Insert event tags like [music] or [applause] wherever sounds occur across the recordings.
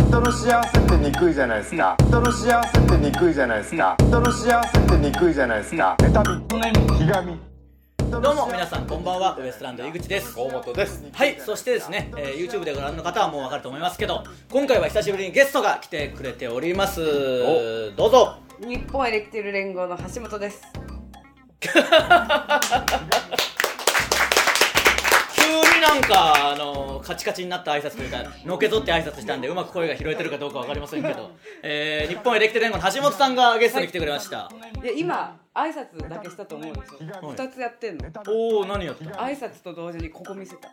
人の幸せってにくいじゃないですか人の幸せってにくいじゃないですか人の幸せってにくいじゃないですか妬みひがみどうも皆さんこんばんはウエストランド井口です河本ですはいそしてですね、えー YouTube でご覧の方はもう分かると思いますけど今回は久しぶりにゲストが来てくれておりますどうぞ日本エレキテル連合の橋本です。急になんかあのカチカチになった挨拶というかのけぞって挨拶したんでうまく声が拾えてるかどうか分かりませんけ [laughs] ど、えー日本エレキテル連合の橋本さんがゲストに来てくれました、いや今挨拶だけしたと思うんですよ。はい二つやってんの。おお何やった挨拶と同時にここ見せた。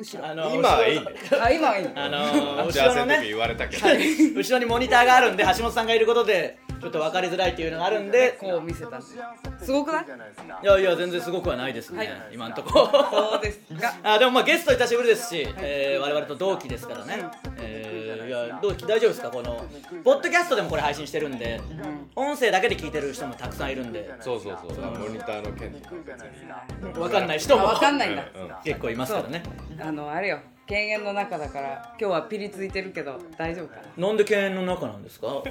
後ろ。あの今はいいねあ今はいいの。あの打ち合後わろせのの時ね言われたけど、後ろにモニターがあるんで橋本さんがいることでちょっと分かりづらいっていうのがあるんでこう見せたんです。すごくないいやいや全然すごくはないですね、はい今んと [laughs] こそうですが。あでもまあゲスト久しぶりですし、えー、我々と同期ですからね、えー、いや同期大丈夫ですかこのポッドキャストでもこれ配信してるんで、音声だけで聞いてる人もたくさんいるんでそうそうそうモニターの件とか別に分かんないあ人もわかんないんだ。結構いますからねあのあれよ。犬猿の中だから今日はピリついてるけど大丈夫かな。なんで犬猿の中なんですか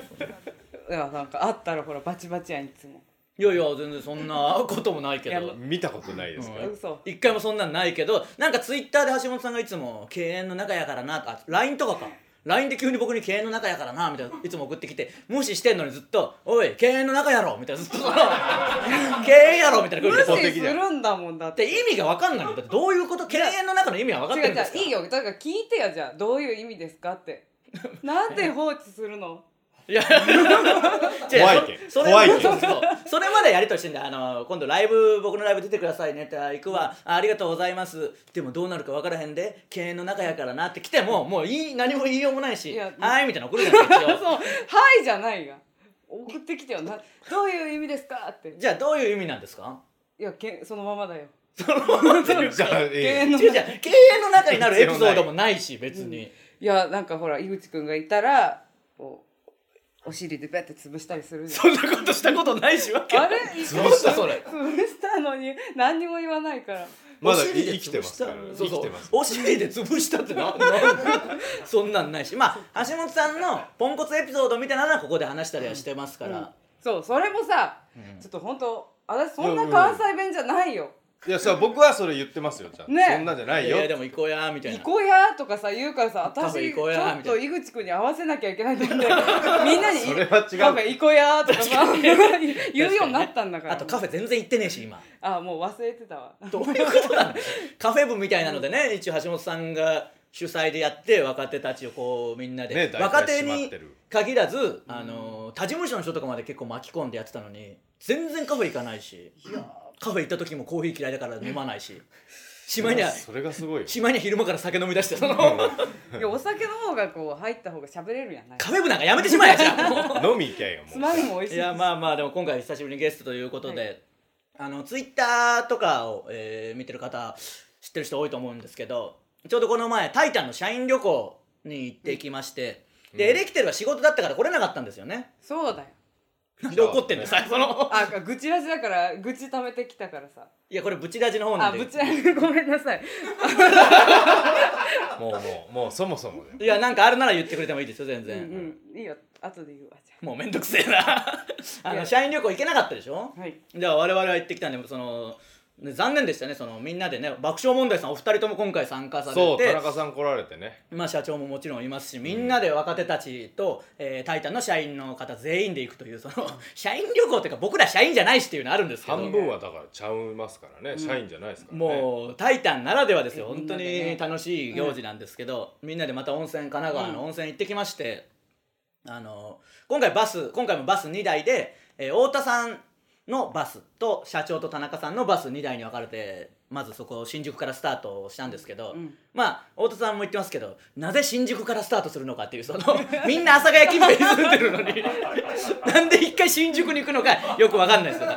いやなんかあったらほらバチバチやんいつも。いやいや全然そんなこともないけいやど見たことないですから、嘘。一回もそんなんないけどなんかツイッターで橋本さんがいつも「敬遠の中やからな」とか LINE とかか LINE で急に僕に「敬遠の中やからな」みたいないつも送ってきて無視してんのにずっと「おい敬遠の中やろ」みたいなずっとその [laughs] 「敬遠やろ」みたいな無こと言っ視するんだもんだってで意味が分かんないのだってどういうこと敬遠の中の意味は分かって違るうん違ですうかいいよだから聞いてよじゃあどういう意味ですかってなんで放置するのい [laughs] や怖いけんそそれ怖いけんそうそうそれまでやりとりしてんであの今度ライブ僕のライブ出てくださいねってあ行くわあありがとうございますでもどうなるか分からへんで敬遠の中やからなって来てももういい何も言いようもないしいやはいみたいな送るじゃないですか [laughs] そう「はい」じゃないが送ってきてよなどういう意味ですかってじゃあどういう意味なんですかいやけそのままだよじゃあいい敬遠ねの違う違う敬遠の中になるエピソードもないし別に、いやなんかほら井口くんがいたらこうお尻でペッて潰したりするじゃんそんなことしたことないしわけあれ潰したそれ潰したのに何にも言わないからまだお尻で生きてますから潰した生そうそきうてますお尻で潰したってな [laughs] そんなんないしまあ橋本さんのポンコツエピソードみたいなのはここで話したりはしてますから、そうそれもさ、ちょっと本当私そんな関西弁じゃないよいやさ僕はそれ言ってますよちゃんと、ねそんなんじゃないいよやいやでも行こうやみたいな行こうやとかさ言うからさカフェ行私ちこょうやっと井口くんに合わせなきゃいけないんだけど [laughs] みんなにそれは違うカフェ行こうやとかさ言うようになったんだからあとカフェ全然行ってねえし [laughs] 今あもう忘れて [laughs] たわどういうことなのカフェ部みたいなのでね一応橋本さんが主催でやって若手たちをこうみんなで、ね大体若手閉まにってる限らずあの他事務所の人とかまで結構巻き込んでやってたのに全然カフェ行かないしカフェ行った時もコーヒー嫌いだから飲まないししまいにはそれがすごいよしまいには昼間から酒飲み出してそのいやお酒の方がこう入った方が喋れるやんなんかカフェ部なんかやめてしまえじゃん [laughs] もう飲み行けよつもまうみも美味しいいやまあまあでも今回久しぶりにゲストということで、あのツイッターとかを、えー見てる方知ってる人多いと思うんですけどちょうどこの前「タイタン」の社員旅行に行ってきまして、でエレキテルは仕事だったから来れなかったんですよね。そうだよなんで怒ってんですかそのあ愚痴ラジだから愚痴溜めてきたからさいやこれブチラジの方なあんでぶちラジごめんなさいもうもうもうそもそもでいやなんかあるなら言ってくれてもいいですよ全う然、んうんいいよ後で言うわじもうめんどくせえなあいのや社員旅行行けなかったでしょゃあはいじゃあ我々は行ってきたんでそのね残念でしたねそのみんなでね爆笑問題さんお二人とも今回参加されてそう田中さん来られてねまあ、社長ももちろんいますしみんなで若手たちと、えータイタンの社員の方全員で行くというその社員旅行というか僕ら社員じゃないしっていうのあるんですけど半分はだからちゃいますからね、社員じゃないですからねもう「タイタン」ならではですよえ本当みんなでにね楽しい行事なんですけど、みんなでまた温泉神奈川の温泉行ってきまして、あの今回バス今回もバス2台で、えー太田さんのバスと社長と田中さんのバス2台に分かれてまずそこ新宿からスタートしたんですけど、んまあ太田さんも言ってますけどなぜ新宿からスタートするのかっていうその [laughs] みんな阿佐ヶ谷近辺に住んでるのになんで一回新宿に行くのかよく分かんないですよ、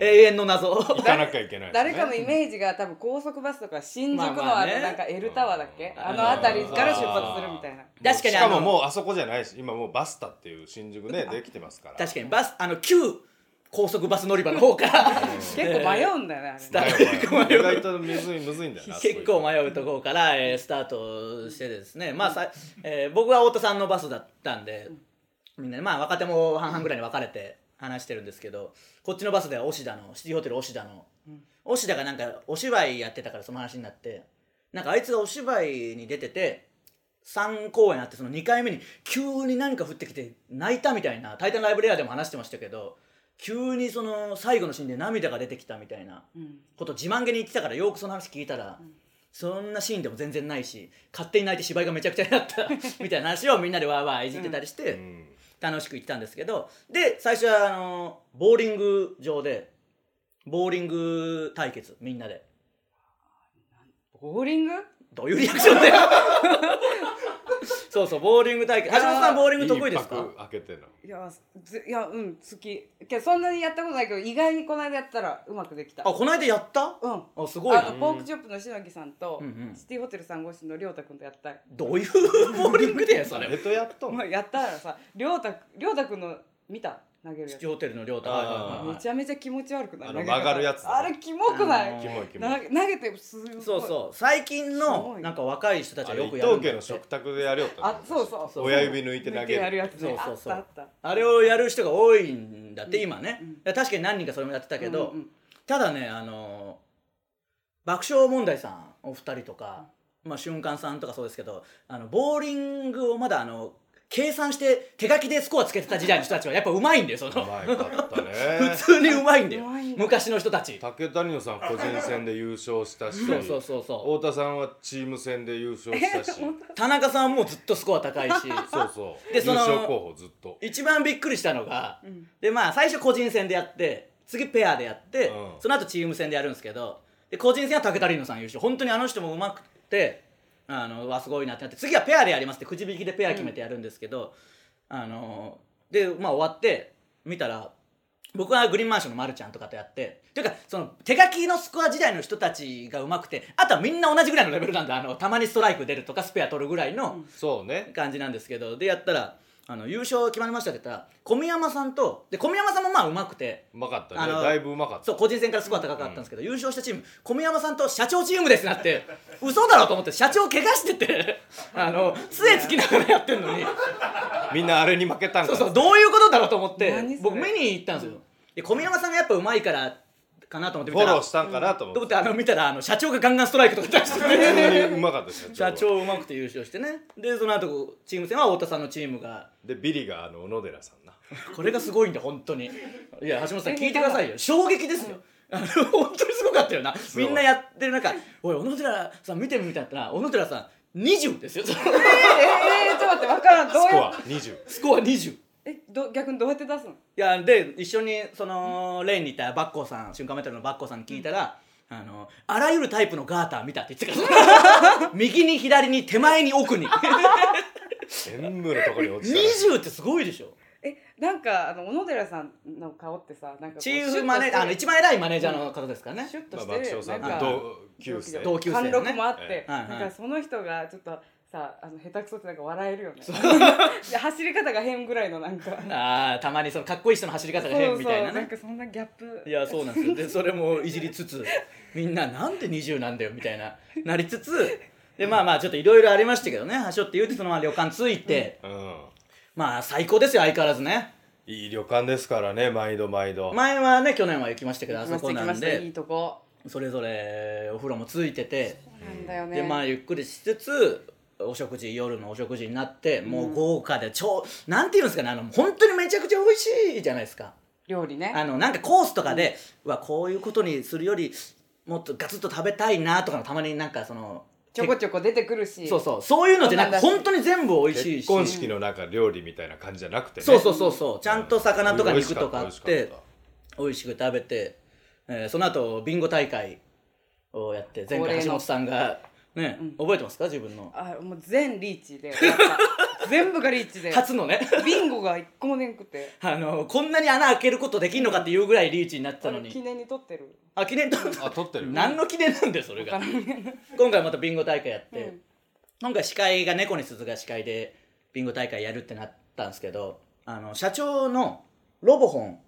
永遠の謎行かなきゃいけないです誰ねかのイメージが多分高速バスとか新宿まあまのああねのなんか L タワーだっけあの辺りから出発するみたいな確かにしあかのももうあそこじゃないし今もうバスタっていう新宿ねできてますから確かにバスあの旧高速バス乗り場の方から結構迷うんだよねあれスタだーよトお前意外とむずいむずいんだよな [laughs] 結構う迷うところから、えースタートしてですね、まあさえー僕は太田さんのバスだったんでみんなでまあ若手も半々ぐらいに分かれて話してるんですけどこっちのバスでは押田のシティホテル押田の押田がなんかお芝居やってたからその話になってなんかあいつがお芝居に出てて3公演あってその2回目に急に何か降ってきて泣いたみたいな「タイタンライブレア」でも話してましたけど急にその最後のシーンで涙が出てきたみたいな。うんこと自慢げに言ってたからよくその話聞いたら、そんなシーンでも全然ないし勝手に泣いて芝居がめちゃくちゃになった [laughs] みたいな話をみんなでわーわーいじってたりして、ん楽しく行ったんですけどで最初はあのボーリング場でボーリング対決みんなでボーリングどういうリアクションだよそうそうボーリング対決橋本さんボーリング得意です一か泊開けてんのいやずいやうん好きけどそんなにやったことないけど意外にこの間やったらうまくできたあこの間やったうんあすごいあなのポークチョップの篠木さんと、うんうんシティホテル3号室の亮太君とやったどういうボーリングだよそれ [laughs] 誰とやっとんまのあやったらさ亮太亮太君の見た投げるやシつティホテルの亮太あーはいはいはいはいめちゃめちゃ気持ち悪くないあの投げ方曲がるやつあれキモくなあいキモいキモいな投げてすごいそうそう最近のすごいなんか若い人たちあはれよ伊く藤やるんだ家っての食卓でやりよったのあそうそうそう親指抜いて投抜いげてやるるやつねそうそうそうあったあっあれをやる人が多いんだって今ねうんだから確かに何人かそれもやってたたけどうんうんただねあの爆笑問題さんお二人とかまあ瞬間さんとかそうですけどあのボーリングをまだあの計算して手書きでスコアつけてた時代の人たちはやっぱうまいんだよそのうまいかったね普通にうまいんだようまいんだ昔の人たち竹谷野さん個人戦で優勝したしそうそうそうそう太田さんはチーム戦で優勝したしそう田中さんもずっとスコア高いしそうで優その勝候補ずっと一番びっくりしたのが、んでまあ最初個人戦でやって次ペアでやって、うんその後チーム戦でやるんですけどで個人戦は竹田凛乃さん優勝本当にあの人もうまくてあのわすごいなってなって次はペアでやりますってくじ引きでペア決めてやるんですけど、あのでまあ終わって見たら僕はグリーンマンションのまるちゃんとかとやってというかその手書きのスコア時代の人たちがうまくてあとはみんな同じぐらいのレベルなんであのたまにストライク出るとかスペア取るぐらいの、そうね感じなんですけどでやったらあの優勝決まりましたって言ったら小宮山さんとで小宮山さんもまあうまくてうまかったあねのだいぶうまかったそう個人戦からスコア高かったんですけど、優勝したチーム小宮山さんと社長チームですなって嘘だろと思って社長怪我しててあの杖つきながらやってんのにみんなあれに負けたんそかうそうどういうことだろうと思って何それ僕見に行ったんですよで小宮山さんがやっぱうまいからかなと思ってフ見たォらローしたんかなとと思思っっててあの見たらあの社長がガンガンストライクとか出してて [laughs] 普通にうまかった社長は社長うまくて優勝してねでその後チーム戦は太田さんのチームがでビリがあの小野寺さんなこれがすごいんだ本当にいや橋本さんえ聞いてくださいよ衝撃ですよあの本当にすごかったよなみんなやってる中「おい小野寺さん見てみ」みたいな小野寺さん20ですよ [laughs] そのえー、えー、ちょっと待ってわからんどうスコやア20スコア20いえど逆にどうやって出すのやで一緒にそのレーンにいたバッコーさん瞬間メタルのバッコーさんに聞いたら、あのあらゆるタイプのガーター見たって言ってたから [laughs] 右に左に手前に奥に [laughs] 全部のとこに落ちた20ってすごいでしょえなんかあの小野寺さんの顔ってさなんかこうチーフマネージャーあの一番偉いマネージャーの方ですからね、シュッとまあして爆る、笑さんとなんか同級生同級生貫ね禄もあって、ええはいはいだからその人がちょっとさあの下手くそってなんか笑えるよね [laughs] で走り方が変ぐらいのなんかああたまにそのかっこいい人の走り方がそうそ [laughs] 変うみたいなねなんかそんなギャップいやそうなんですよでそれもいじりつつみんななんで20なんだよみたいななりつつでまあまあちょっといろいろありましたけどねはしょって言うてそのまま旅館着いて、うんまあ最高ですよ相変わらずねいい旅館ですからね毎度毎度前はね去年は行きましたけどあ行きまそした行こきなまんしたいいでとこそれぞれお風呂もついてて、なんだよねでまあゆっくりしつつお食事夜のお食事になってもう豪華で超なんていうんですかねあの本当にめちゃくちゃ美味しいじゃないですか料理ねあのなんかコースとかで、うわこういうことにするよりもっとガツッと食べたいなとかのたまになんかそのちょこちょこ出てくるしそうそうそういうのじゃなくこんな本当に全部美味しい結し婚式の中料理みたいな感じじゃなくてねそうそうそうそうちゃんと魚とか美肉味しかとったかあ美味っしかって美味しく食べて、えーその後ビンゴ大会をやって前恒回例橋の本さんがね、覚えてますか自分のあもう全リーチで終わった全部がリーチ [laughs] で初のねビンゴが一個もねんくてあのこんなに穴開けることできんのかっていうぐらいリーチになってたの記に念に撮ってるあ記念とたあ撮ってる何の記念なんだよそれ [laughs] が今回またビンゴ大会やって、うん今回司会が猫に鈴が司会でビンゴ大会やるってなったんですけどあの社長のロボホン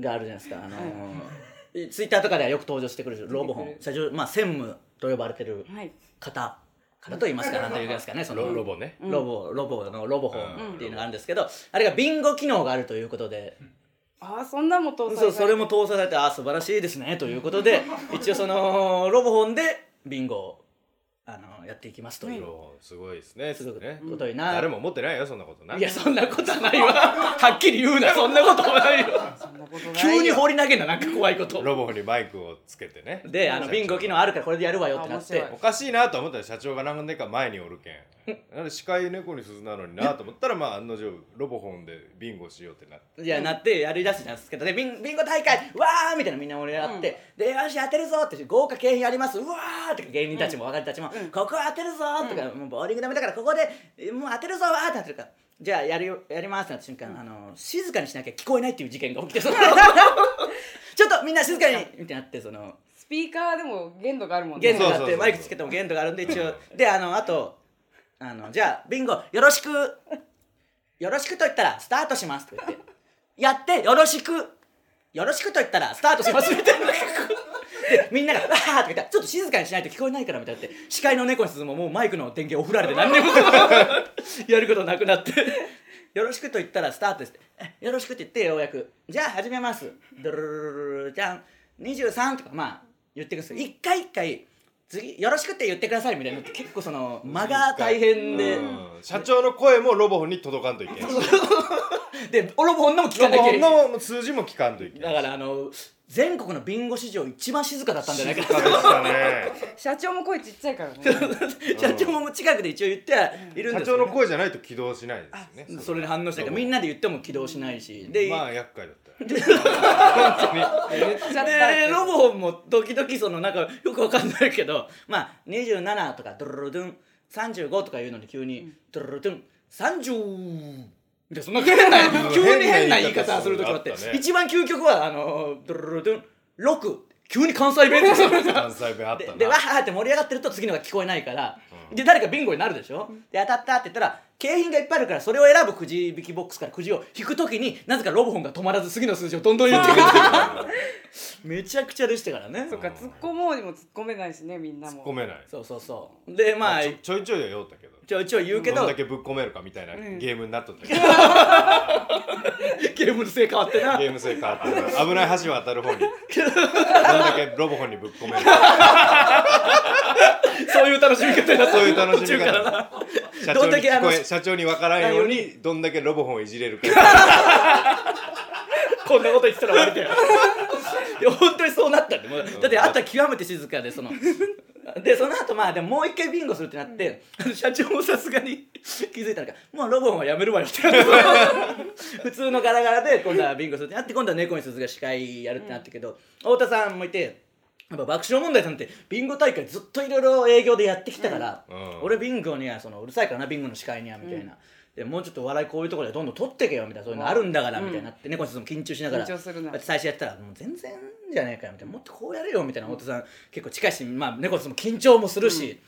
があるじゃないですか、あのツイッターとかではよく登場してくるロゴ本社長、まあ、専務と呼ばれてるはい方からと言いますかなんて言いますかねそのロロボねロボロボのロボ本っていうのがあるんですけど、あれがビンゴ機能があるということで、ああそんなもん搭載さそうてそれも搭載されてあー素晴らしいですねということで一応そのロボ本でビンゴをあのやっていきますという、ロボすごいですねすごいねことにな、誰も持ってないよそんなことないいやそんなことはないわ [laughs] はっきり言うなそんなことはないよそんなことないよ急に放り投げんななんか怖いことロボにマイクをつけてねであのビンゴ機能あるからこれでやるわよってなっあ面て白おかしいなと思ったら社長が何年か前におるけんなんで司会猫に鈴なのになと思ったらまあ案の定ロボ本でビンゴしようってなっていやなってやりだしたんですけどでビンビンゴ大会わーみたいなみんな盛り上がって、でよし当てるぞって豪華景品ありますうわーって芸人たちも若手たちも、ここ当てるぞーとか、もうボーリングダメだからここでもう当てるぞーわーってなってるからじゃあやるよやりますってなった瞬間、あの静かにしなきゃ聞こえないっていう事件が起きてそ [laughs] のちょっとみんな静かにみたいになってそのスピーカーでも限度があるもん限ね度があっそうそてうそうそうマイクつけても限度があるんで一応であのあとあのじゃあビンゴよろしくよろしくと言ったらスタートしますって言ってやってよろしくよろしくと言ったらスタートしますみたいなでみんなが「わー」って言ったらちょっと静かにしないと聞こえないからみたいになって司会の猫に鈴ももうマイクの電源オフられて何にもやることなくなって「よろしく」と言ったらスタートですえよろしく」って言ってようやく「じゃあ始めます」ドゥルルルルルじゃん23とかまあ言ってください一回一回次「よろしく」って言ってくださいみたいなのって結構その間が大変で。うん社長の声もロボ本に届かんといけんロで俺も女も聞かなボきゃい本けないの数字も聞かんといけんだからあの全国のビンゴ市場一番静かだったんじゃないかなそうでしたね社長も声ちっちゃいからね [laughs] 社長も近くで一応言ってはいるん社ですけど長の声じゃないと起動しないですよねそれに反応したからみんなで言っても起動しないしで、まあ厄介だったよ言っちゃったで [laughs] ロボンも時々そのなんかよくわかんないけどまあ27とかドロロドゥン35とか言うのに急にドロロドゥン30みたいなそんな変 [laughs] な急に変な言い方する時もあって変な言い方する時あったね一番究極はあのドロロドゥン6急に関西弁でする関西弁あったでなでわーって盛り上がってると次のが聞こえないから、で誰かビンゴになるでしょ、で当たったって言ったら景品がいっぱいあるからそれを選ぶくじ引きボックスからくじを引くときになぜかロボホンが止まらず次の数字をどんどん言ってくる [laughs] めちゃくちゃでしたからねそっか突っ込もうにも突っ込めないしねみんなも込めない [laughs] そうそうそうでまあちょちょいちょいは酔ったけどちょいちょい言うけどんどだけぶっ込めるかみたいなゲームになっとったけどゲームの性変わってなゲーム性変わってる危ない橋渡 [laughs] る方になんだけロボホンにぶっ込めるそういう楽しみ方になったそういう楽し途み中からな方社ど長んにだけあ聞のこえ社長に分からんようない [laughs] にどんだけロボホンをいじれるかこんなこと言ってたら終わりだよ [laughs] いや本当にそうなったんでもうだってあとは極めて静かで [laughs] そのでその後まあでももう一回ビンゴするってなって、社長もさすがに [laughs] 気づいたのかもうロボンはやめるわよってなって [laughs] 普通のガラガラで今度はビンゴするってなって今度は猫に鈴が司会やるってなったけど、太田さんもいてやっぱ爆笑問題さんってビンゴ大会ずっといろいろ営業でやってきたから、うん俺ビンゴにはそのうるさいからなビンゴの司会にはみたいな、でもうちょっと笑いこういうところでどんどん取ってけよみたいなそういうのあるんだからみたいになって、猫に鈴も緊張しながら緊張するなだって最初やったらもう全然じゃねえかよみたいなもっとこうやれよみたいな太田さん結構近いし、まあ、猫さんも緊張もするし、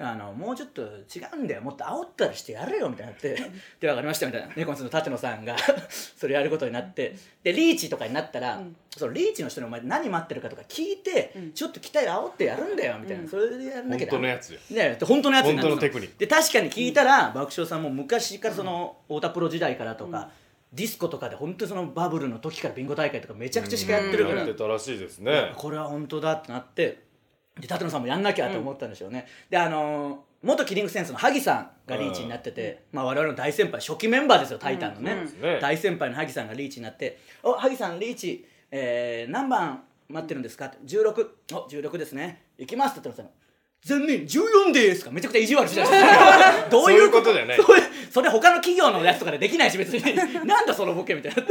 あのもうちょっと違うんだよもっと煽ったりしてやれよみたいになって [laughs] 「で分かりました」みたいな猫さんの舘野さんが [laughs] それやることになってでリーチとかになったら、そのリーチの人にお前何待ってるかとか聞いて、ちょっと期待煽ってやるんだよみたいな、それでやんなきゃ本当のやつよねで本当のやつになってた本当のテクニックで確かに聞いたら、爆笑さんも昔からその、太田プロ時代からとか、ディスコとかで本当にそのバブルの時からビンゴ大会とかめちゃくちゃしかやってるから、やってたらしいですねこれは本当だってなってで舘野さんもやんなきゃと思ったんでしょうね、であのー元キリングセンスの萩さんがリーチになってて、まあ、我々の大先輩初期メンバーですよ「タイタン」のね,、すね大先輩の萩さんがリーチになって「お萩さんリーチ、えー何番待ってるんですか?」って「16」お「16ですね行きます」って言ったら残念14ですかめちゃくちゃ意地悪しだしたどういうことそういうことじゃない [laughs] そういう [laughs] それ他の企業のやつとかでできないし別になんだそのボケみたいな [laughs]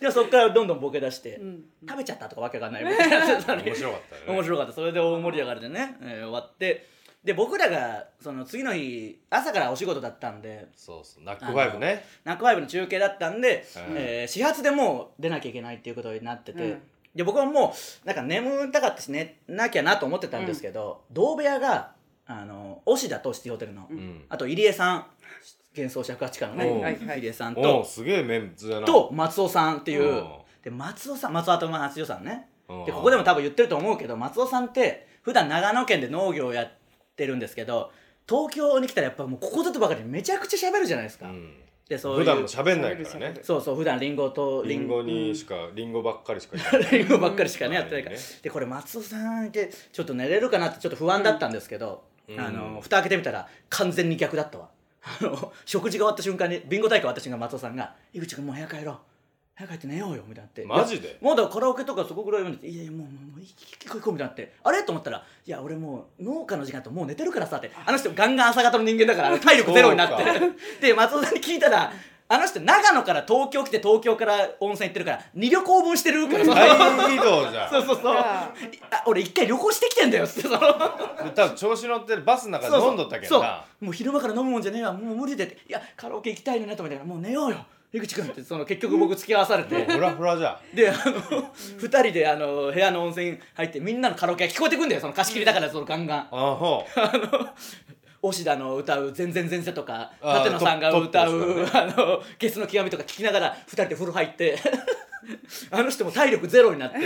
でもそっからどんどんボケ出して、食べちゃったとかわけわかんないみたいな [laughs] 面白かったよね面白かったそれで大盛り上がりでね、えー終わってで僕らがその次の日朝からお仕事だったんでそうそうナックファイブねナックファイブの中継だったんで、うんえー始発でもう出なきゃいけないっていうことになってて、うんで僕はもうなんか眠たかったし寝なきゃなと思ってたんですけど、同部屋があの押田とシティホテルの、んあと入江さん幻想尺八館のね、はいははいい入江さんおとうすげえメンツだなと松尾さんっていうおで松尾さん松尾頭八代さんねうんでここでも多分言ってると思うけど松尾さんって普段長野県で農業をやってるんですけど東京に来たらやっぱもうここぞとばかりにめちゃくちゃ喋るじゃないですか、うんでそういう普段も喋んないからねそうそう普段リンゴとリンゴにしかリンゴばっかりしかいない [laughs] リンゴばっかりしかねやってないから、ねでこれ松尾さんいてちょっと寝れるかなってちょっと不安だったんですけど、んあうのん蓋開けてみたら完全に逆だったわあの [laughs] 食事が終わった瞬間にビンゴ大会終わった瞬間松尾さんが「井口君もう部屋帰ろう部屋帰って寝ようよ」みたいになってマジ [laughs] でまだカラオケとかそこぐらいまでいやいやもうもうもう行こう行こうみたいになってあれと思ったら「いや俺もう農家の時間ともう寝てるからさ」ってあの人ガンガン朝方の人間だからあの体力ゼロになって [laughs] そうで松尾さんに聞いたらあの人長野から東京来て東京から温泉行ってるから2旅行分してるからさ大移動じゃんそうそうそうああ俺一回旅行してきてんだよっつってそので多分調子乗ってバスの中で飲んどったけどなそうもう昼間から飲むもんじゃねえわもう無理でっていやカラオケ行きたいのになと思いながらもう寝ようよ江口君ってその結局僕付き合わされてフラフラ [laughs] じゃんであの2人であの部屋の温泉入ってみんなのカラオケが聞こえてくんだよその貸し切りだからそのガンガンあほうあの押田の歌う「全然前世」とかあー舘野さんがトップ歌うトップ「であのゲスの極み」とか聞きながら2人で風呂入って [laughs] あの人も体力ゼロになって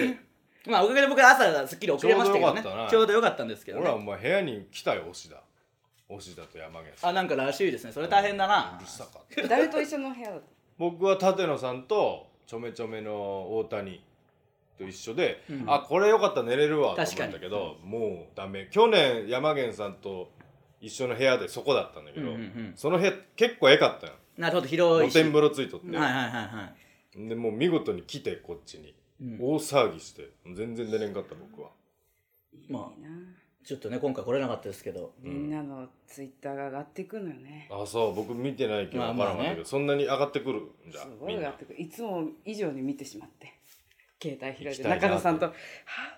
まあおかげで僕は朝すっきり遅れましたけどねちょうどよかったなちょうどよかったんですけど、ほらおね、前部屋に来たよ押田押田と山毛さんあなんからしいですねそれ大変だなうるさかったー誰と一緒の部屋だった僕は舘野さんとちょめちょめの大谷と一緒で、あこれよかったら寝れるわと思ったんだけどもうダメ去年山源さんと一緒の部屋でそこだったんだけど、うんうんうんその部屋結構えかったよなるほど広露いしは天い風呂ついとって、はいはいはいでもう見事に来てこっちに、大騒ぎして全然寝れんかった僕はまいいなあちょっとね今回来れなかったですけどみんなのツイッターが上がってくのよね、あそう僕見てないけどまあ分まかあらねんかったけどそんなに上がってくるんじゃすんごみいん上がなってくるいつも以上に見てしまって携帯開行いきてたいな中野さんと「はあは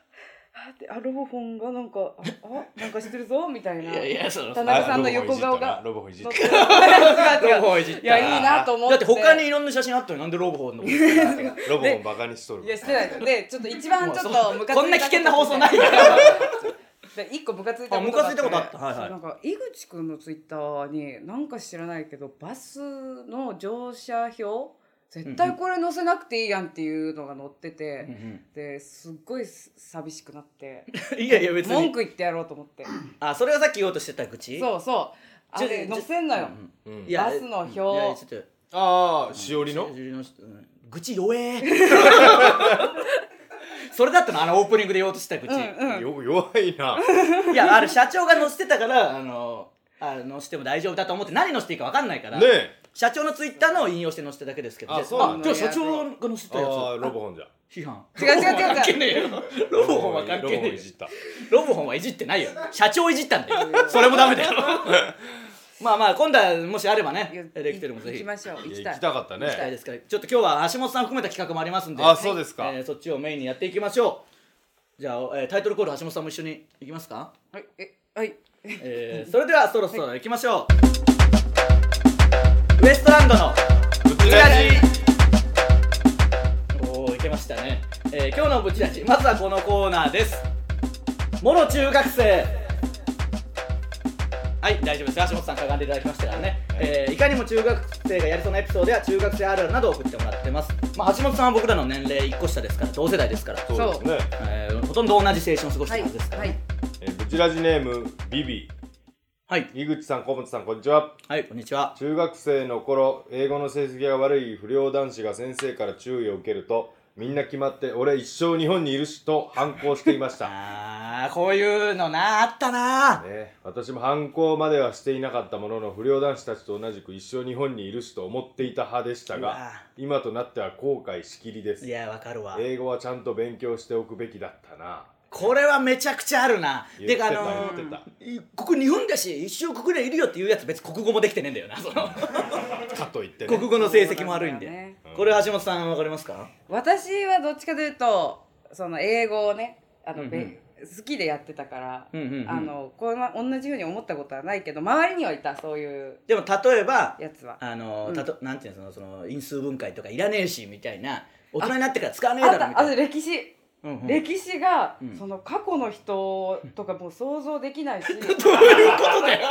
あ」って「あロボホンがなんかああなんかしてるぞ」みたいな。やその田だ中さんの横顔があロボホンいじった [laughs] な違う違うロボホンいじったいやいいなと思っってて他にいろんな写真あったのになんでローブホ [laughs] ンのこと言ってんの [laughs] ロボホンバカにしとるいやしてないでちょっと一番ちょっとムカついたこんな危険な放送ないよよ一個ムカついたことあムカついたことあったはいはいそうなんか井口くんのツイッターになんか知らないけどバスの乗車表絶対これ載せなくていいやんっていうのが載ってて、ですっごい寂しくなっていやいや別に文句言ってやろうと思ってあそれがさっき言おうとしてた口そうそうあれちょ載せんなよ、うんうんうんいやバスの表いやちょっとああしおりのしおりのうん愚痴弱え [laughs] それだったのあのオープニングで言おうとしてた愚痴、よ弱 [laughs] いないやあれ社長が載せてたからあのあのしても大丈夫だと思って何載せていいか分かんないから、ねえ社長のツイッターのを引用して載せただけですけどあでそうなんあだでも社長が載せてあたやーロボホンじゃつ批判違う違う違う違うロボホンは関係ねえよロボホンは関係ロボねホンえいよじったロボホンはいじってないよ社長いじったんだ [laughs] よそれもダメ [laughs] だよまあまあ今度はもしあればいやねできてるもぜ行ひき行ましょう行いきたや行いきたかったきたいねですからちょっと今日は橋本さん含めた企画もありますんであそうですかえーそっちをメインにやっていきましょうじゃあ、えータイトルコール橋本さんも一緒に行きますか、はいえはいえーそれではそろそろ行きましょうウエストランドのぶつララジジおおいけましたね、えー今日のブチラジまずはこのコーナーですもろ中学生はい大丈夫です橋本さんかがんでいただきましたからね、いえーいかにも中学生がやりそうなエピソードや中学生あるあるなどを送ってもらってます、まあ、橋本さんは僕らの年齢1個下ですから同世代ですから、そうですねえーほとんど同じ青春を過ごしはてるいはずですからはねいえーぶちラジネームビビはい、井口さん小本さんこんにちははいこんにちは中学生の頃英語の成績が悪い不良男子が先生から注意を受けるとみんな決まって俺一生日本にいるしと反抗していました [laughs] あーこういうのなあったなね、私も反抗まではしていなかったものの不良男子たちと同じく一生日本にいるしと思っていた派でしたうわが今となっては後悔しきりですいやわかるわ英語はちゃんと勉強しておくべきだったなこれはめちゃくちゃあるな言ってでたあの言っていここ日本だし一生ここでいるよっていうやつ別に国語もできてねえんだよなそのたかと [laughs] いってね国語の成績も悪いんでそうなんだよねこれ橋本さんわかりますか私はどっちかというとその英語をねあうんの、うんべ好きでやってたから、うんうんうんあのこんな同じふうに思ったことはないけど周りにはいたそういうでも例えばやつは。あの、うんたとなんていうのそのその因数分解とかいらねえしみたいな大人になってから使わねえだあっろみたたあいなと歴史、うんうん歴史が、んその過去の人とかもう想像できないし、 [laughs] どういうことだよ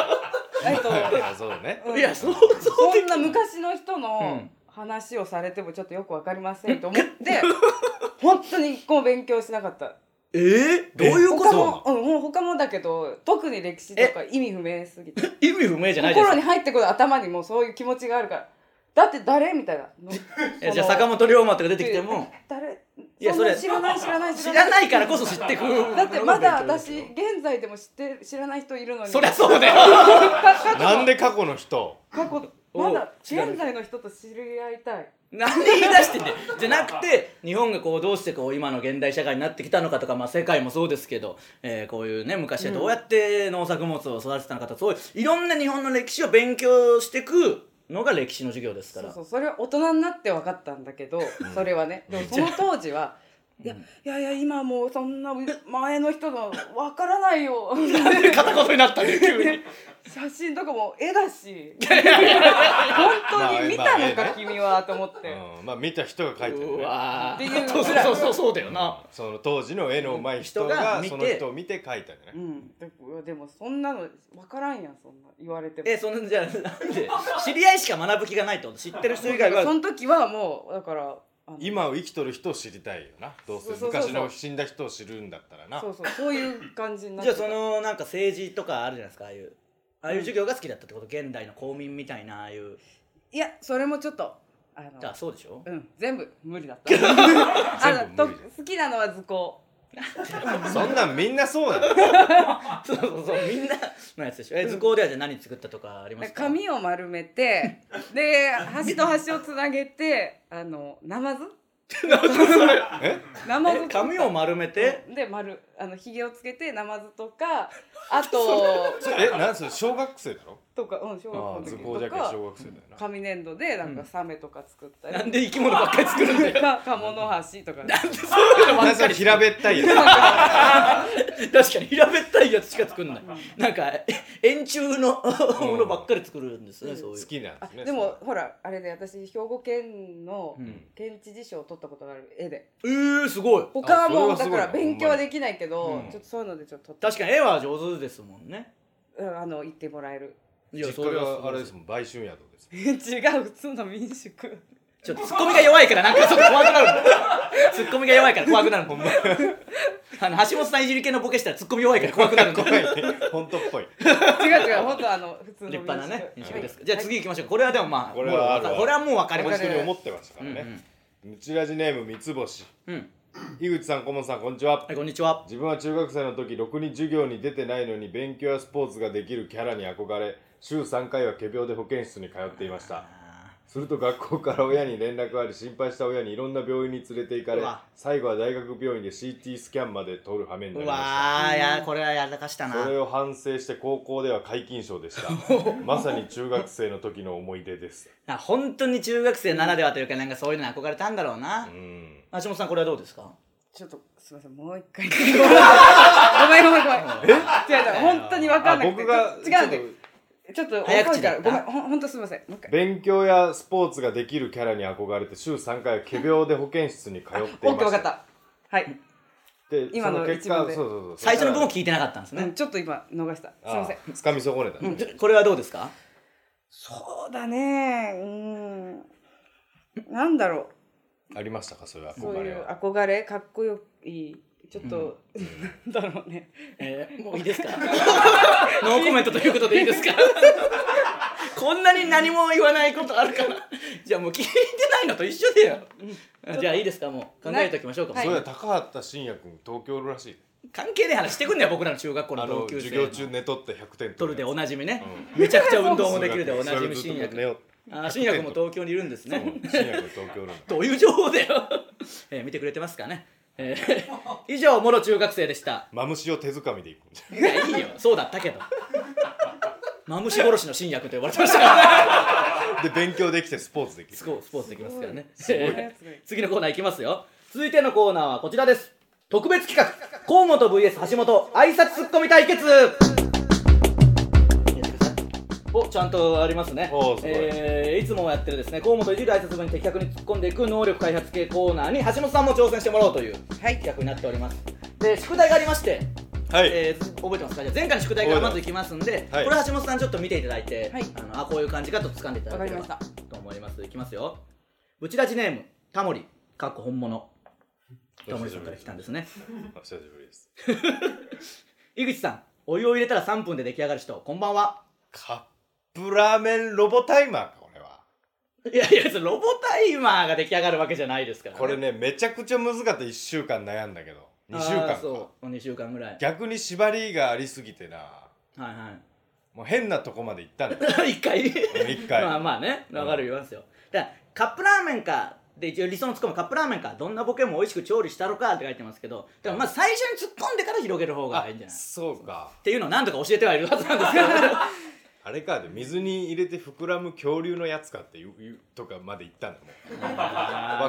えっといやそうねうんいや想像そんな昔の人うのん話をされてもちょっとよくわかりませんと思って、 [laughs] 本当に一個も勉強しなかった。えー、どういうこ他とも、うん、もう他もだけど、特に歴史とか意味不明すぎて。意味不明じゃないです心かに入ってくる頭にもうそういう気持ちがあるから。だって誰みたいな。の [laughs] えじゃあ坂本龍馬とか出てきてもえ誰いやそんそなれ知らない知らない知らないからこそ知ってくだってまだ私現在でも知って知らない人いるのにそりゃそうだよ過去なのんで過去の人過去おまだ現在の人と知り合いたいなんで言い出してんだよじゃなくて日本がこうどうしてこう今の現代社会になってきたのかとか、まあ、世界もそうですけど、えーこういうね昔はどうやって農作物を育てたのかとか、そういういろんな日本の歴史を勉強してくのが歴史の授業ですかそうらそうそれは大人になって分かったんだけどそれはねでもその当時はんいやいやいや今もうそんな前の人の分からないよなんで片言になった [laughs] んだよ急に写真とかも絵だし本当に見たのまあまあまかあ君はと思ってうんまあ見た人が書いてるうねわーっていうそうそうそうそうそうだよな、その当時の絵の上手い人うん人がが見てその人を見て書いたんだうねんでもでもそんなの分からんやんそんな言われてもえそのじゃあなんで知り合いしか学ぶ気がないってこと知ってる人以外そはの時はもうだからあの今を生きとる人を知りたいよなどうせそうそうそうそう昔の死んだ人を知るんだったらなそうそうそういう感じになっじゃてあそのなんか政治とかあるじゃないですかああいうああいう授業が好きだったってこと現代の公民みたいなああいういやそれもちょっとあのじゃあそうでしょうん全部無理だった [laughs] あの全部と無理好きなのは図工そんなんみんなそうだよそうそうそうみんなのやつでしょえ図工ではじゃあ何作ったとかありますか紙を丸めてで端と端をつなげてあのナマズえナマズえ紙を丸めてで丸あのひげをつけてナマズとかあ [laughs] とそれえなんそれ小学生だろとかうん小学あ校あの図時工じゃとけどか小学生だよな紙粘土でなんかサメとか作ったり、なんで生き物ばっかり作るんだ [laughs] よかカモノハシとかなんか平べったいや確かに平べったいやつしか作んないなんかえ円柱のものばっかり作るんですねそういつ好うきなんですねでもほらあれで私兵庫県のうん県知事賞を取ったことがある絵でえーすごい他はもうだあそれはすかごいら勉強はできないほけんどまにちょっとそういうのでちょっと取っ確かに絵は上手ですもんねたうんあの言ってもらえる [laughs] い実やそ家れはがあれですもん売春宿です違う普通の民宿ちょっとツッコミが弱いからなんかちょっと怖くなるのツッコミが弱いから怖くなるのあの橋本さんいじり系のボケしたらツッコミ弱いから怖くなるの怖いね本当っぽい違う違う本当あの普通の民立宿派なね飲食ですか、はいじゃあ次行きましょうこれはでもまあこれはあるわもうこれはもう分かりま本したわか当るに思ってましたからねうちラジネーム三つ星うん井口さん顧問さんこんにちははいこんにちは自分は中学生の時ろくに授業に出てないのに勉強やスポーツができるキャラに憧れ週3回は仮病で保健室に通っていましたすると学校から親に連絡があり心配した親にいろんな病院に連れて行かれうわ最後は大学病院で CT スキャンまで取る羽目にうなりましたわーいやこれはやらかしたなそれを反省して高校では皆勤賞で [laughs] したまさに中学生の時の思い出ですな本当に中学生ならではというかなんかそういうのに憧れたんだろうなう、ん橋本さんこれはどうですかちょっとすみませんもう一回 [laughs] ごめんごめんごめん違う違う本当に分かんなくて僕がちょ違うんちょでっちょっと早分か口るかだらったごめんほんほんとすみませんもう一と回勉強やスポーツができるキャラに憧れて週3回は仮病で保健室に通っていました OK 分かったはい、で今のそ一結果問そうでそうそう最初の部分聞いてなかったんですうん、ね、ちょっと今逃したすみませんああ掴み損ねたね、ちょこれはどうですかそうだねうんなんだろありましたかそういううそう憧いれうは憧れかっこよいちょっと、なんだろうねえーもういい [laughs] ですかノーコメントということでいいですか [laughs] こんなに何も言わないことあるかなじゃあもう聞いてないのと一緒だよじゃあいいですかもう考えておきましょうか、はいそそうういいうや高畑信也君東京おるらしい関係ねえ話してくんねよ僕らの中学校あのの同級授生の業中寝とって100点取取るでおなじみね、うんめちゃくちゃ運動もできるでおなじみ信新也薬寝よあ新薬も東京にいるんです信ね也君東京おるんだどういう情報だよ、えー見てくれてますかね、えー以上もろ中学生でしたマムシを手づかみでいくいやいいよそうだったけどマムシ殺しの新薬と呼ばれてましたからで勉強できてスポーツできるスポスポーツできますからね。ごい次のコーナーいきますよ。続いてのコーナーはこちらです。特別企画、河本 VS 橋本挨拶ツッコミ対決。お、ちゃんとありますねおーすごいえーいつもやってるですね河本いじる挨拶文に的確に突っ込んでいく能力開発系コーナーに橋本さんも挑戦してもらおうという企画になっております、で宿題がありまして、はい、えー覚えてますかじゃあ前回の宿題からまずいきますんで、はいこれ橋本さんちょっと見ていただいて、はいあのあこういう感じかと掴んでいただければわかりまと思いますいきますようちらちネームタモリかっこ本物タモリさんから来たんですねお久しぶりです井口さんお湯を入れたら3分で出来上がる人こんばんはカップラーメンロボタイマーかこれはいやいやそれロボタイマーが出来上がるわけじゃないですから、これねめちゃくちゃ難かった1週間悩んだけど2週間あーかそう2週間ぐらい逆に縛りがありすぎてなはいはいもう変なとこまで行ったんだ [laughs] 一回一回まあまあねわかる言いますよ、だからカップラーメンかで一応理想のツッコミカップラーメンかどんなボケも美味しく調理したろかって書いてますけどだからまあ最初に突っ込んでから広げる方がいいんじゃないっそうかていうのを何とか教えてはいるはずなんですけどあれかで水に入れて膨らむ恐竜のやつかっていういうとかまで行ったんだもう [laughs]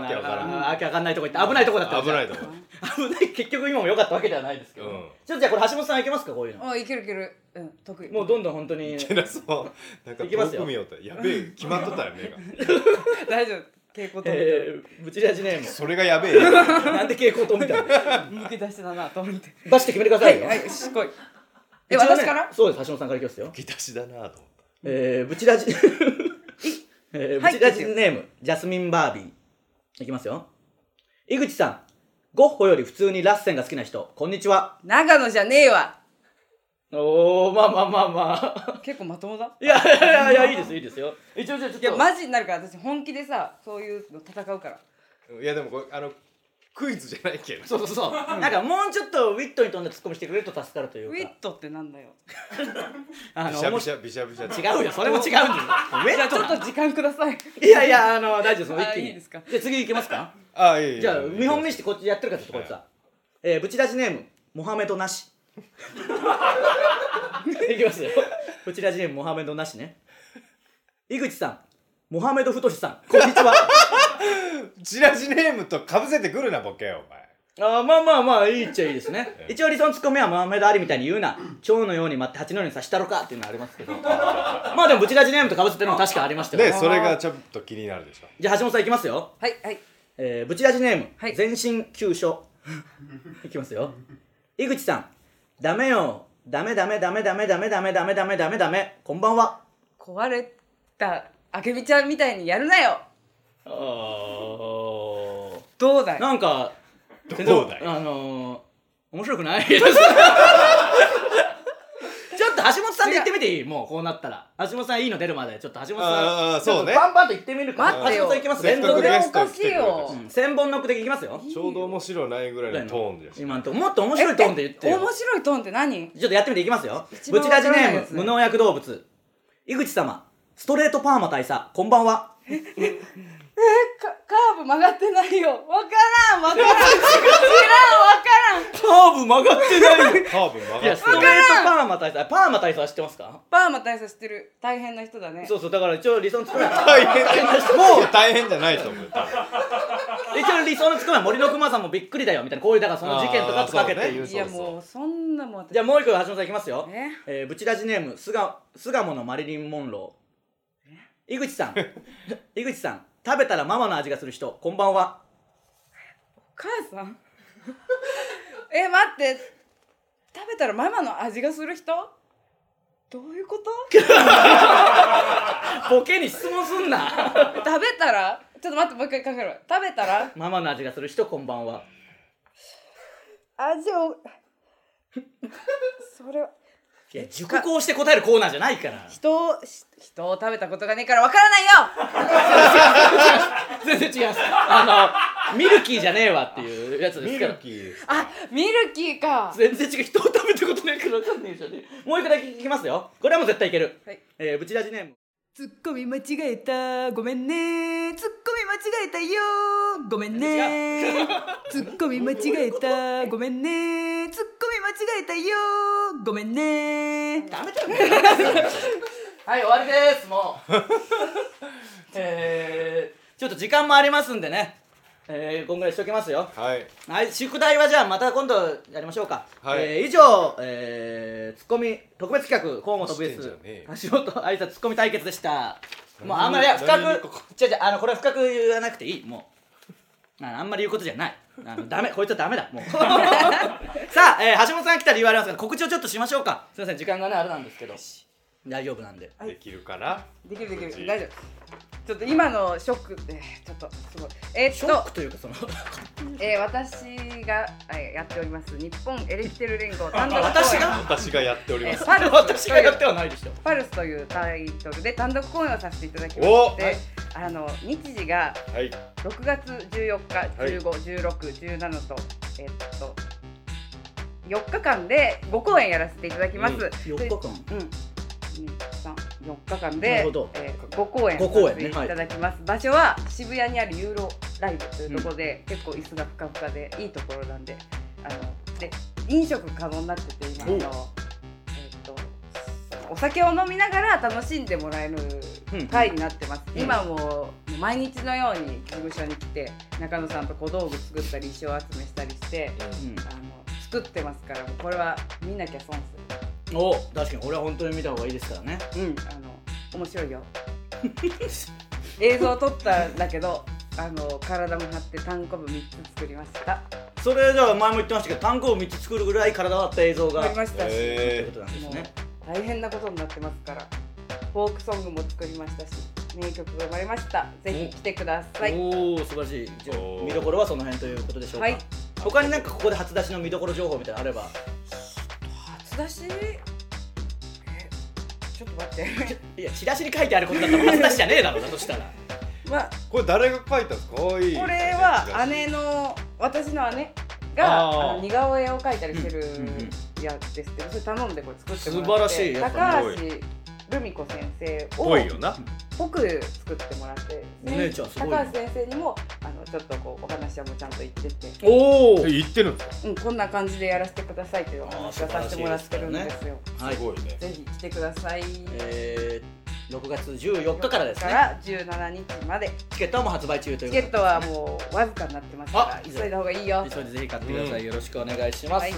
わけわからんあーわけわかんないとこ行って危ないとこだった危ないとこ危ない結局今も良かったわけではないですけど、うんちょっとじゃあこれ橋本さんいけますかこういうのあいけるいける、うん、得意もうどんどん本当にけどそうなんか行きますよ遠く見ようとやべえ決まっとったよ目が大丈夫傾向と思ってえー、ブチラジネームそれがやべえよなんで蛍光灯みたいな抜け出してたなと思ってバシって決めてくださはいいよ、はいしこい一え応ね私からそうです橋本さんからいきますよ吹き出しだなと思っえー、ブチラジ、 [laughs] えー、ブはいチラジネーム、ジャスミン・バービー。いきますよ。井口さん、ゴッホより普通にラッセンが好きな人、こんにちは。長野じゃねえわおー、まあまあまあまあ。結構まともだ [laughs] いやいやいや、いいです、いいですよ。一応じゃあちょっいやと、マジになるから私本気でさそういうの戦うからたいやでもこれあのクイズじゃないけどそうそうそう。なんかもうちょっとウィットに飛んだツッコミしてくれると助かるといウうィかッ。トってなんだよあびの、しゃ面びし白ゃびしゃびしゃい違うよ、それも違うんですよ。ウィじッゃあちょっトと [laughs] 時間くださいいやいや、あの、大丈夫ですもう、一気に。あいいですかじゃあ次行きますかああいいいいじゃあ、見本い見してこっちやってるからちょっとこいつは。えー、ブチラジネーム、モハメドなし。 [laughs] いきますよ。ブチラジネーム、モハメドなしね。井口さん、モハメド太さん、こんにち [laughs] は。チラシネームとかぶせてくるなボケお前あーまあまあまあ、いいっちゃいいですね。一応理想のツッコミはモハメドアリみたいに言うな、蝶のように待って蜂のように刺したろかっていうのはありますけど。まあでも、ブチラジネームとかぶせてるのも確かありましたよ。でそれがちょっと気になるでしょじゃあ、橋本さんいきますよ。はいはいえー、ブチラジネーム、はい全身急所 [laughs] いきますよ井口さんダメよダメダメダメダメダメダメダメダメダメダメこんばんは壊れたあけみちゃんみたいにやるなよどうだいなんか全然どうだいあのー、面白くない [laughs] ちょっと橋本さんで言ってみていいもうこうなったら橋本さんいいの出るまでちょっと橋本さああんそうねちょっとバンバンと言ってみるか待って橋よ本さんいきますせっ連か続それくでゲはスおトがか来してくいれよたしうん千本ノック的いきますよちょうど面白ないぐらいのトーンです今のとこもっと面白いトーンで言ってよ面白いトーンって何ちょっとやってみていきますよ。一ブ番チラジネわからーないやムつ、ね無農薬動物。井口様、ストレートパーマ大佐、こんばんは。えかカーブ曲がってないよわからんわからん知らんわからんカーブ曲がってないカーブ曲 [laughs] いがや、っスてトレーるトパーマ大佐、パーマ大佐は知ってますかパーマ大佐知ってる大変な人だねそうそう、だから一応理想のツッコミは、大変もう大変じゃないと思う多分一応理想のツッコミは森の熊さんもびっくりだよ、みたいな、こういう、だからその事件とか使かけて言う。そうやもうそんなもん私じゃあもう一個橋本さんいきますよ。ええー、ブチラジネーム、巣鴨巣鴨のマリリン・モンロー。井口さん、 [laughs] 井口さん、食べたらママの味がする人、こんばんは。お母さん [laughs] え待って食べたらママの味がする人どういうことボケに質問すんな。食べたらちょっと待ってもう一回考えるわ食べたら [laughs] ママの味がする人、こんばんは。味を [laughs] それはいや熟考して答えるコーナーじゃないから人をし人を食べたことがねえからわからない [laughs] よ全然違いますあのミルキーじゃねえわっていうやつでミすかルらキーあミルキーか全然違う人を食べたことないから分かんねえじゃねえもう一個だけ聞きますよこれはもう絶対いける、はいえー、ブチラジネームツッコミ間違えたごめんねツッコミ間違えたよごめん違ねツッコミ間違えたごめんねツッコミ間違えたよごめんねダメだねはい終わりですも [laughs] うえー、ちょっと時間もありますんでねえー、こんぐらいしときますよはいはい、宿題はじゃあまた今度やりましょうか。はいえー以上、えー、ツッコミ特別企画河本してんじゃねえ VS 橋本挨拶ツッコミ対決でした。もうあんまりい何やに深何にくここじゃじゃあのこれは深く言わなくていいもうあのあんまり言うことじゃない。あの [laughs] ダメこいつはダメだもうさあ、えー橋本さん来たら言われますから告知をちょっとしましょうかすいません時間がねあれなんですけど大丈夫なんでできるかなできるでき告知る大丈ちょっと今のショックでちょっとすごいえシーョっッとクというかそのえー私がえーやっております日本エレキテル連合単独公演私が私がやっております [laughs] えパルス私がやってはないでしょパルスというタイトルで単独公演をさせていただきまおして、あの日時がはい6月14日、はい15、16、17と、えっと、4日間で5公演やらせていただきます。うん4日で間うん、2 3 4日間なるでほど、えー、5公演五公演させてねいはいただきます、場所は渋谷にあるユーロライブというところで、結構椅子がふかふかでいいところなんであので飲食可能になってて今あの、おえー、とお酒を飲みながら楽しんでもらえるうん会になってます、うん今もう毎日のように事務所に来て中野さんと小道具作ったり衣装集めしたりしてうんあの作ってますからもうこれは見なきゃ損する。お確かに俺は本当に見た方がいいですからねうん、あの面白いよ [laughs] 映像撮ったんだけどあの体も張って単行部3つ作りましたそれじゃあ前も言ってましたけど単語を3つ作るぐらい体だった映像が撮りましたとし、えいうことなんですもねう大変なことになってますからフォークソングも作りましたし名曲が生まれましたぜひ来てくださいおお素晴らしい一応おー見どころはその辺ということでしょうか、はい他になんかここで初出しの見どころ情報みたいなのあれば初出しえちょっと待って [laughs] いやチラシに書いてあることだったら初出しじゃねえだろうなそしたらまあこれ誰が書いたんですかかわいいこれは姉の私の姉あがーあの似顔絵を描いたりしてるうんうんやつですけどそれ頼んでこれ作ってもらって素晴らしいやっ高ぱ橋留美子先生多をいよな僕作ってもらってお姉ちゃんすごいね高橋先生にもあのちょっとこうお話はもうちゃんと言ってて、おお言ってるんですかうん、こんな感じでやらせてくださいというお話はさせてもらってるんですよはいすごいねぜひ来てくださいえー、6月14日からですかねら17日までチケットも発売中というチこケとでットはもうわずかになってますあからいいぞ急いだ方がいいよ急いでぜひ買ってください、うよろしくお願いします、はいえ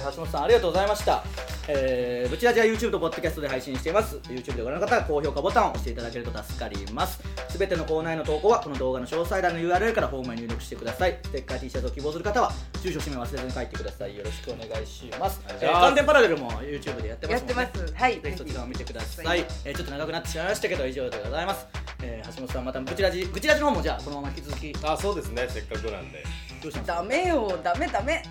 ー橋本さんありがとうございました、えー、ブチラジは YouTube と Podcast で配信しています YouTube でご覧の方は高評価ボタンを押していただけると助かりますすべてのコーナーへの投稿はこの動画の詳細欄の URL からフォームへ入力してくださいステッカー T シャツを希望する方は住所氏名を忘れずに書いてくださいよろしくお願いします願いえしますー、完全パラレルも YouTube でやってまやすっもんてねますはいぜひそちらも見てください、えーちょっと長くなってしまいましたけど以上でございます、えー橋本さんまたブチラジブチラジの方もじゃあこのまま引き続きどあそうですねせっかくなんでうしますダメよダメダメ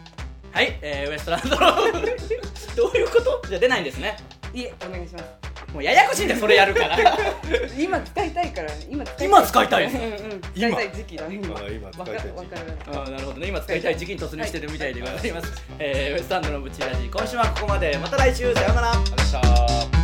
はい、えー、ウエストランド [laughs] どういうことじゃあ出ないんですねいえお願いしますもうややこしいんだよそれやる [laughs] から今使いたいからね今使いたい今使いたいうんうん使いたい時期だね今あ今使いたい時期わかるわかるあーなるほどね今使いたい時期に突入してるみたいでございます、えー、ウエストランドのブチラジ今週はここまでまた来週さようならありがとうございました